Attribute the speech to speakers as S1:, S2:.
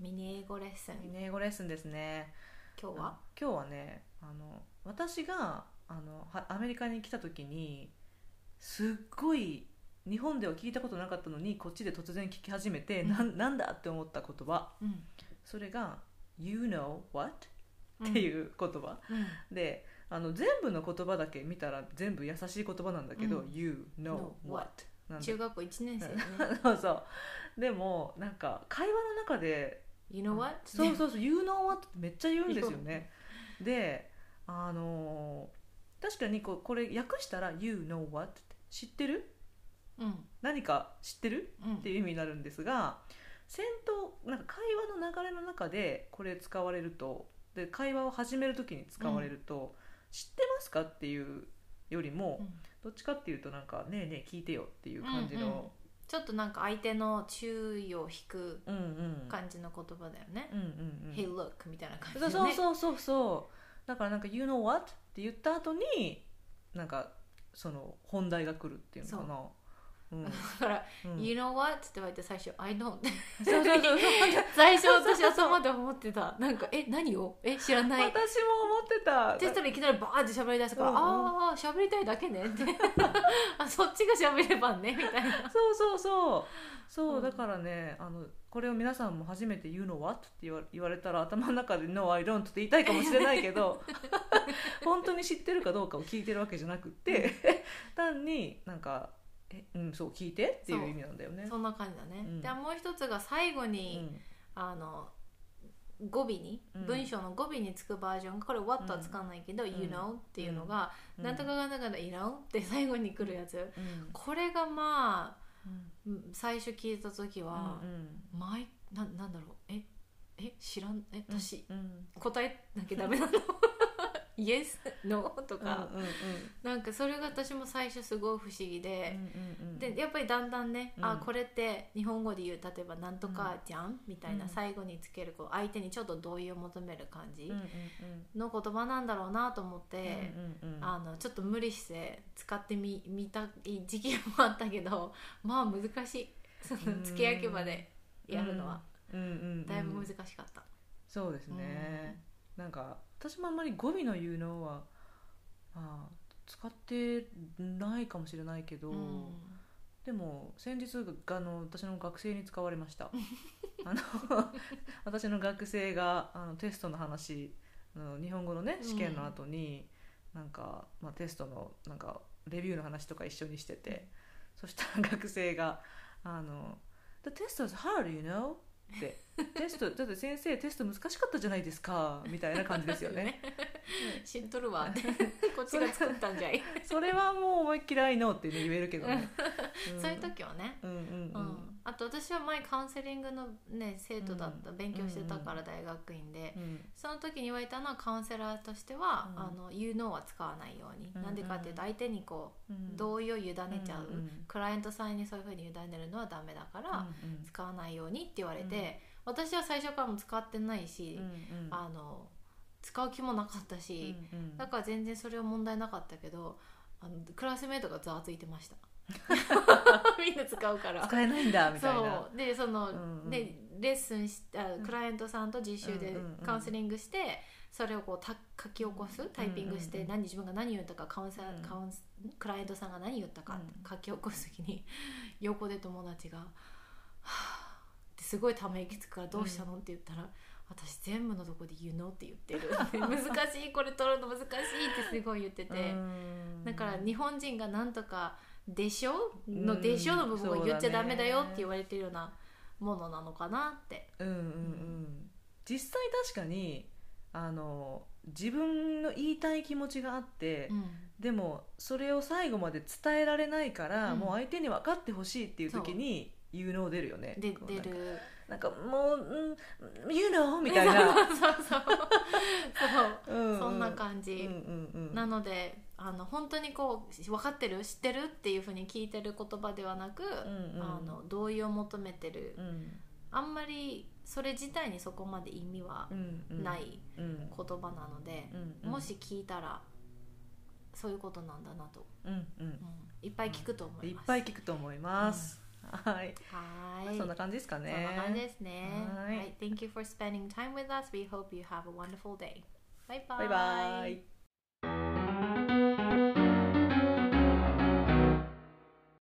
S1: ミニ英語レッスン
S2: ミニ英語レッスンですね
S1: 今日は
S2: 今日はねあの私があのはアメリカに来た時にすっごい日本では聞いたことなかったのにこっちで突然聞き始めて、
S1: うん
S2: なんなんだって思った言葉
S1: うん
S2: それが「You know what?」って
S1: う
S2: いう言葉、
S1: ん、うん
S2: であの全部の言葉だけ見たら全部優しい言葉なんだけど「
S1: うん
S2: You know
S1: Know
S2: what?」なんだ
S1: 中学校1年生ね
S2: そうそうでもなんか会話の中で
S1: You know what?
S2: そうそうそう「You know what?」ってめっちゃ言うんですよねであのー確かにこうこれ訳したら「You know what?」って知ってる
S1: うん
S2: 何か知ってる
S1: うん
S2: っていう意味になるんですが戦闘なんか会話の流れの中でこれ使われるとで会話を始める時に使われると、知ってますかっていうよりも、
S1: うん
S2: どっちかっていうとなんか「ねえねえ聞いてよ」っていう感じの、
S1: ちょっとなんか相手の注意を引く
S2: うんうん
S1: 感じの言葉だよね
S2: う、んうんうん
S1: Hey look みたいな感じ
S2: そう
S1: で、ね、
S2: そうそうそうそうだからなんか「You know what?」って言った後になんかその本題が来るっていうのかなうん
S1: だから、
S2: うん
S1: You know what? って言われて最初 I don't
S2: そうそうそう
S1: 最初
S2: そうそう
S1: 私
S2: そう
S1: 頭で思ってたなんかえ何をえ知らないっ
S2: 私も思ってた
S1: てしたらいきなりバーって喋り出すから、
S2: うんうん
S1: ああ喋りたいだけねってあそっちが喋ればねみたいな
S2: そうそうそうそう、
S1: うん
S2: だからねあのこれを皆さんも初めて「You know what?」って言わ言われたら頭の中で「No I don't」って言いたいかもしれないけ ど本当に知ってるかどうかを聞いてるわけじゃなくって単になんか「えうんそう聞いて」っていう意味なんだよね。
S1: そんな感じだね、
S2: うん
S1: でもう一つが最後
S2: う
S1: に、
S2: ん
S1: あの語尾に、
S2: うん
S1: 文章の語尾につくバージョンがこれ「what」はつかないけど「
S2: ん
S1: you know」っていうのが、
S2: うん
S1: なんとかがだから「you know」って最後に来るやつ、
S2: うん
S1: これがまあ
S2: うん
S1: うん最初聞いた時は
S2: う、ん
S1: マイななんだろうええ知らんえ
S2: うん
S1: 私、
S2: うん
S1: 答えなきゃダメなの イエス、ノーと
S2: うんうん
S1: か、なんかそれが私も最初すごい不思議
S2: うん
S1: で、
S2: うんうん
S1: でやっぱりだんだんね、あ
S2: うん
S1: これって日本語で言う例えば「なんとかじゃん」みたいな、
S2: うん
S1: 最後につけるこう相手にちょっと同意を求める感じ
S2: うんうんうん
S1: の言葉なんだろうなと思って、
S2: うんうん
S1: あのちょっと無理して使ってみ見たい時期もあったけど まあ難しいその付け焼き場でやるのは、
S2: うんうんうん
S1: だいぶ難しかった。
S2: そうですね、なんか私もあんまり語尾の言うのはあ使ってないかもしれないけど、
S1: うん
S2: でも先日あの私の学生に使われました あの私の学生があのテストの話あの日本語のね試験の後に、なんか、まあ、テストのなんかレビューの話とか一緒にしてて、そしたら学生が「あの The test was hard, you know?」って「テストだって先生テスト難しかったじゃないですか」みたいな感じです よね。
S1: 知っとるわ ってこっちが作ったんじゃい、
S2: それはもう思いっきり「I know」って、ね、言えるけどね。ん
S1: そういう時はね、
S2: うんうん
S1: う
S2: うんん
S1: あと私は前カウンセリングの、ね、生徒だった、勉強してたから大学院で、
S2: うん
S1: その時に言われたのはカウンセラーとしては「
S2: うん
S1: あの you know」は使わないように、
S2: うん
S1: なんでかっていうと相手にこ
S2: う
S1: うん同意を委ねちゃう、
S2: うんうん
S1: クライアントさんにそういうふうに委ねるのはダメだから、
S2: うんうん
S1: 使わないようにって言われて、私は最初からも使ってないし、あの使う気もなかったし、だから全然それは問題なかったけどあのクラスメートがざわついてま した みんな使うから
S2: 使えないんだみたいな。
S1: そうでその、
S2: うんうん
S1: でレッスンしあ
S2: うん
S1: クライアントさんと実習で
S2: うんうんうん
S1: カウンセリングして、それをこうた書き起こすタイピングして、
S2: うんうんうん
S1: 何自分が何言ったかカウンセラー
S2: うん
S1: カウンスクライアントさんが何言ったかって
S2: うん
S1: 書き起こす時に 横で友達が「はぁ」ってすごいため息つくから「どうしたの?」って言ったら「私全部のとこで言うの?」って言ってる 難しいこれ取るの難しいってすごい言ってて。
S2: うん
S1: だから日本人がなんとか「でしょ?」の「でしょ?」の部分
S2: う
S1: を
S2: ん
S1: 言っちゃダメだよ
S2: そうだ
S1: っ
S2: ね
S1: て言われてるようなものなのかなって。
S2: うんうんうん、実際確かにあの自分の言いたい気持ちがあって、
S1: うん
S2: でもそれを最後まで伝えられないから、
S1: うん
S2: もう相手に分かってほしいっていう時に有能出るよね。
S1: で
S2: こう
S1: 出る
S2: なんかなんかもう「うん、you know」みたいな、
S1: そうそうそうそう
S2: うう
S1: そんな感じ、
S2: うんうんうん、
S1: なのであの本当にこう「分かってる知ってる?」っていうふうに聞いてる言葉ではなく、
S2: うんうん
S1: あの同意を求めてる、
S2: うん
S1: あんまりそれ自体にそこまで意味は
S2: うんうん、
S1: な、い
S2: うん
S1: 言葉なので、
S2: うんうん、
S1: もし聞いたらそういうことなんだなと
S2: うんうん
S1: うんいっぱい聞くと思
S2: い
S1: い
S2: っ
S1: ます。
S2: ぱい聞くと思います。はい、
S1: は
S2: まあ
S1: い。
S2: そんな感じですかね
S1: そんな感じですね。
S2: はい
S1: はい。Thank you for spending time with us. We hope you have a wonderful day. Bye bye.
S2: バイバイ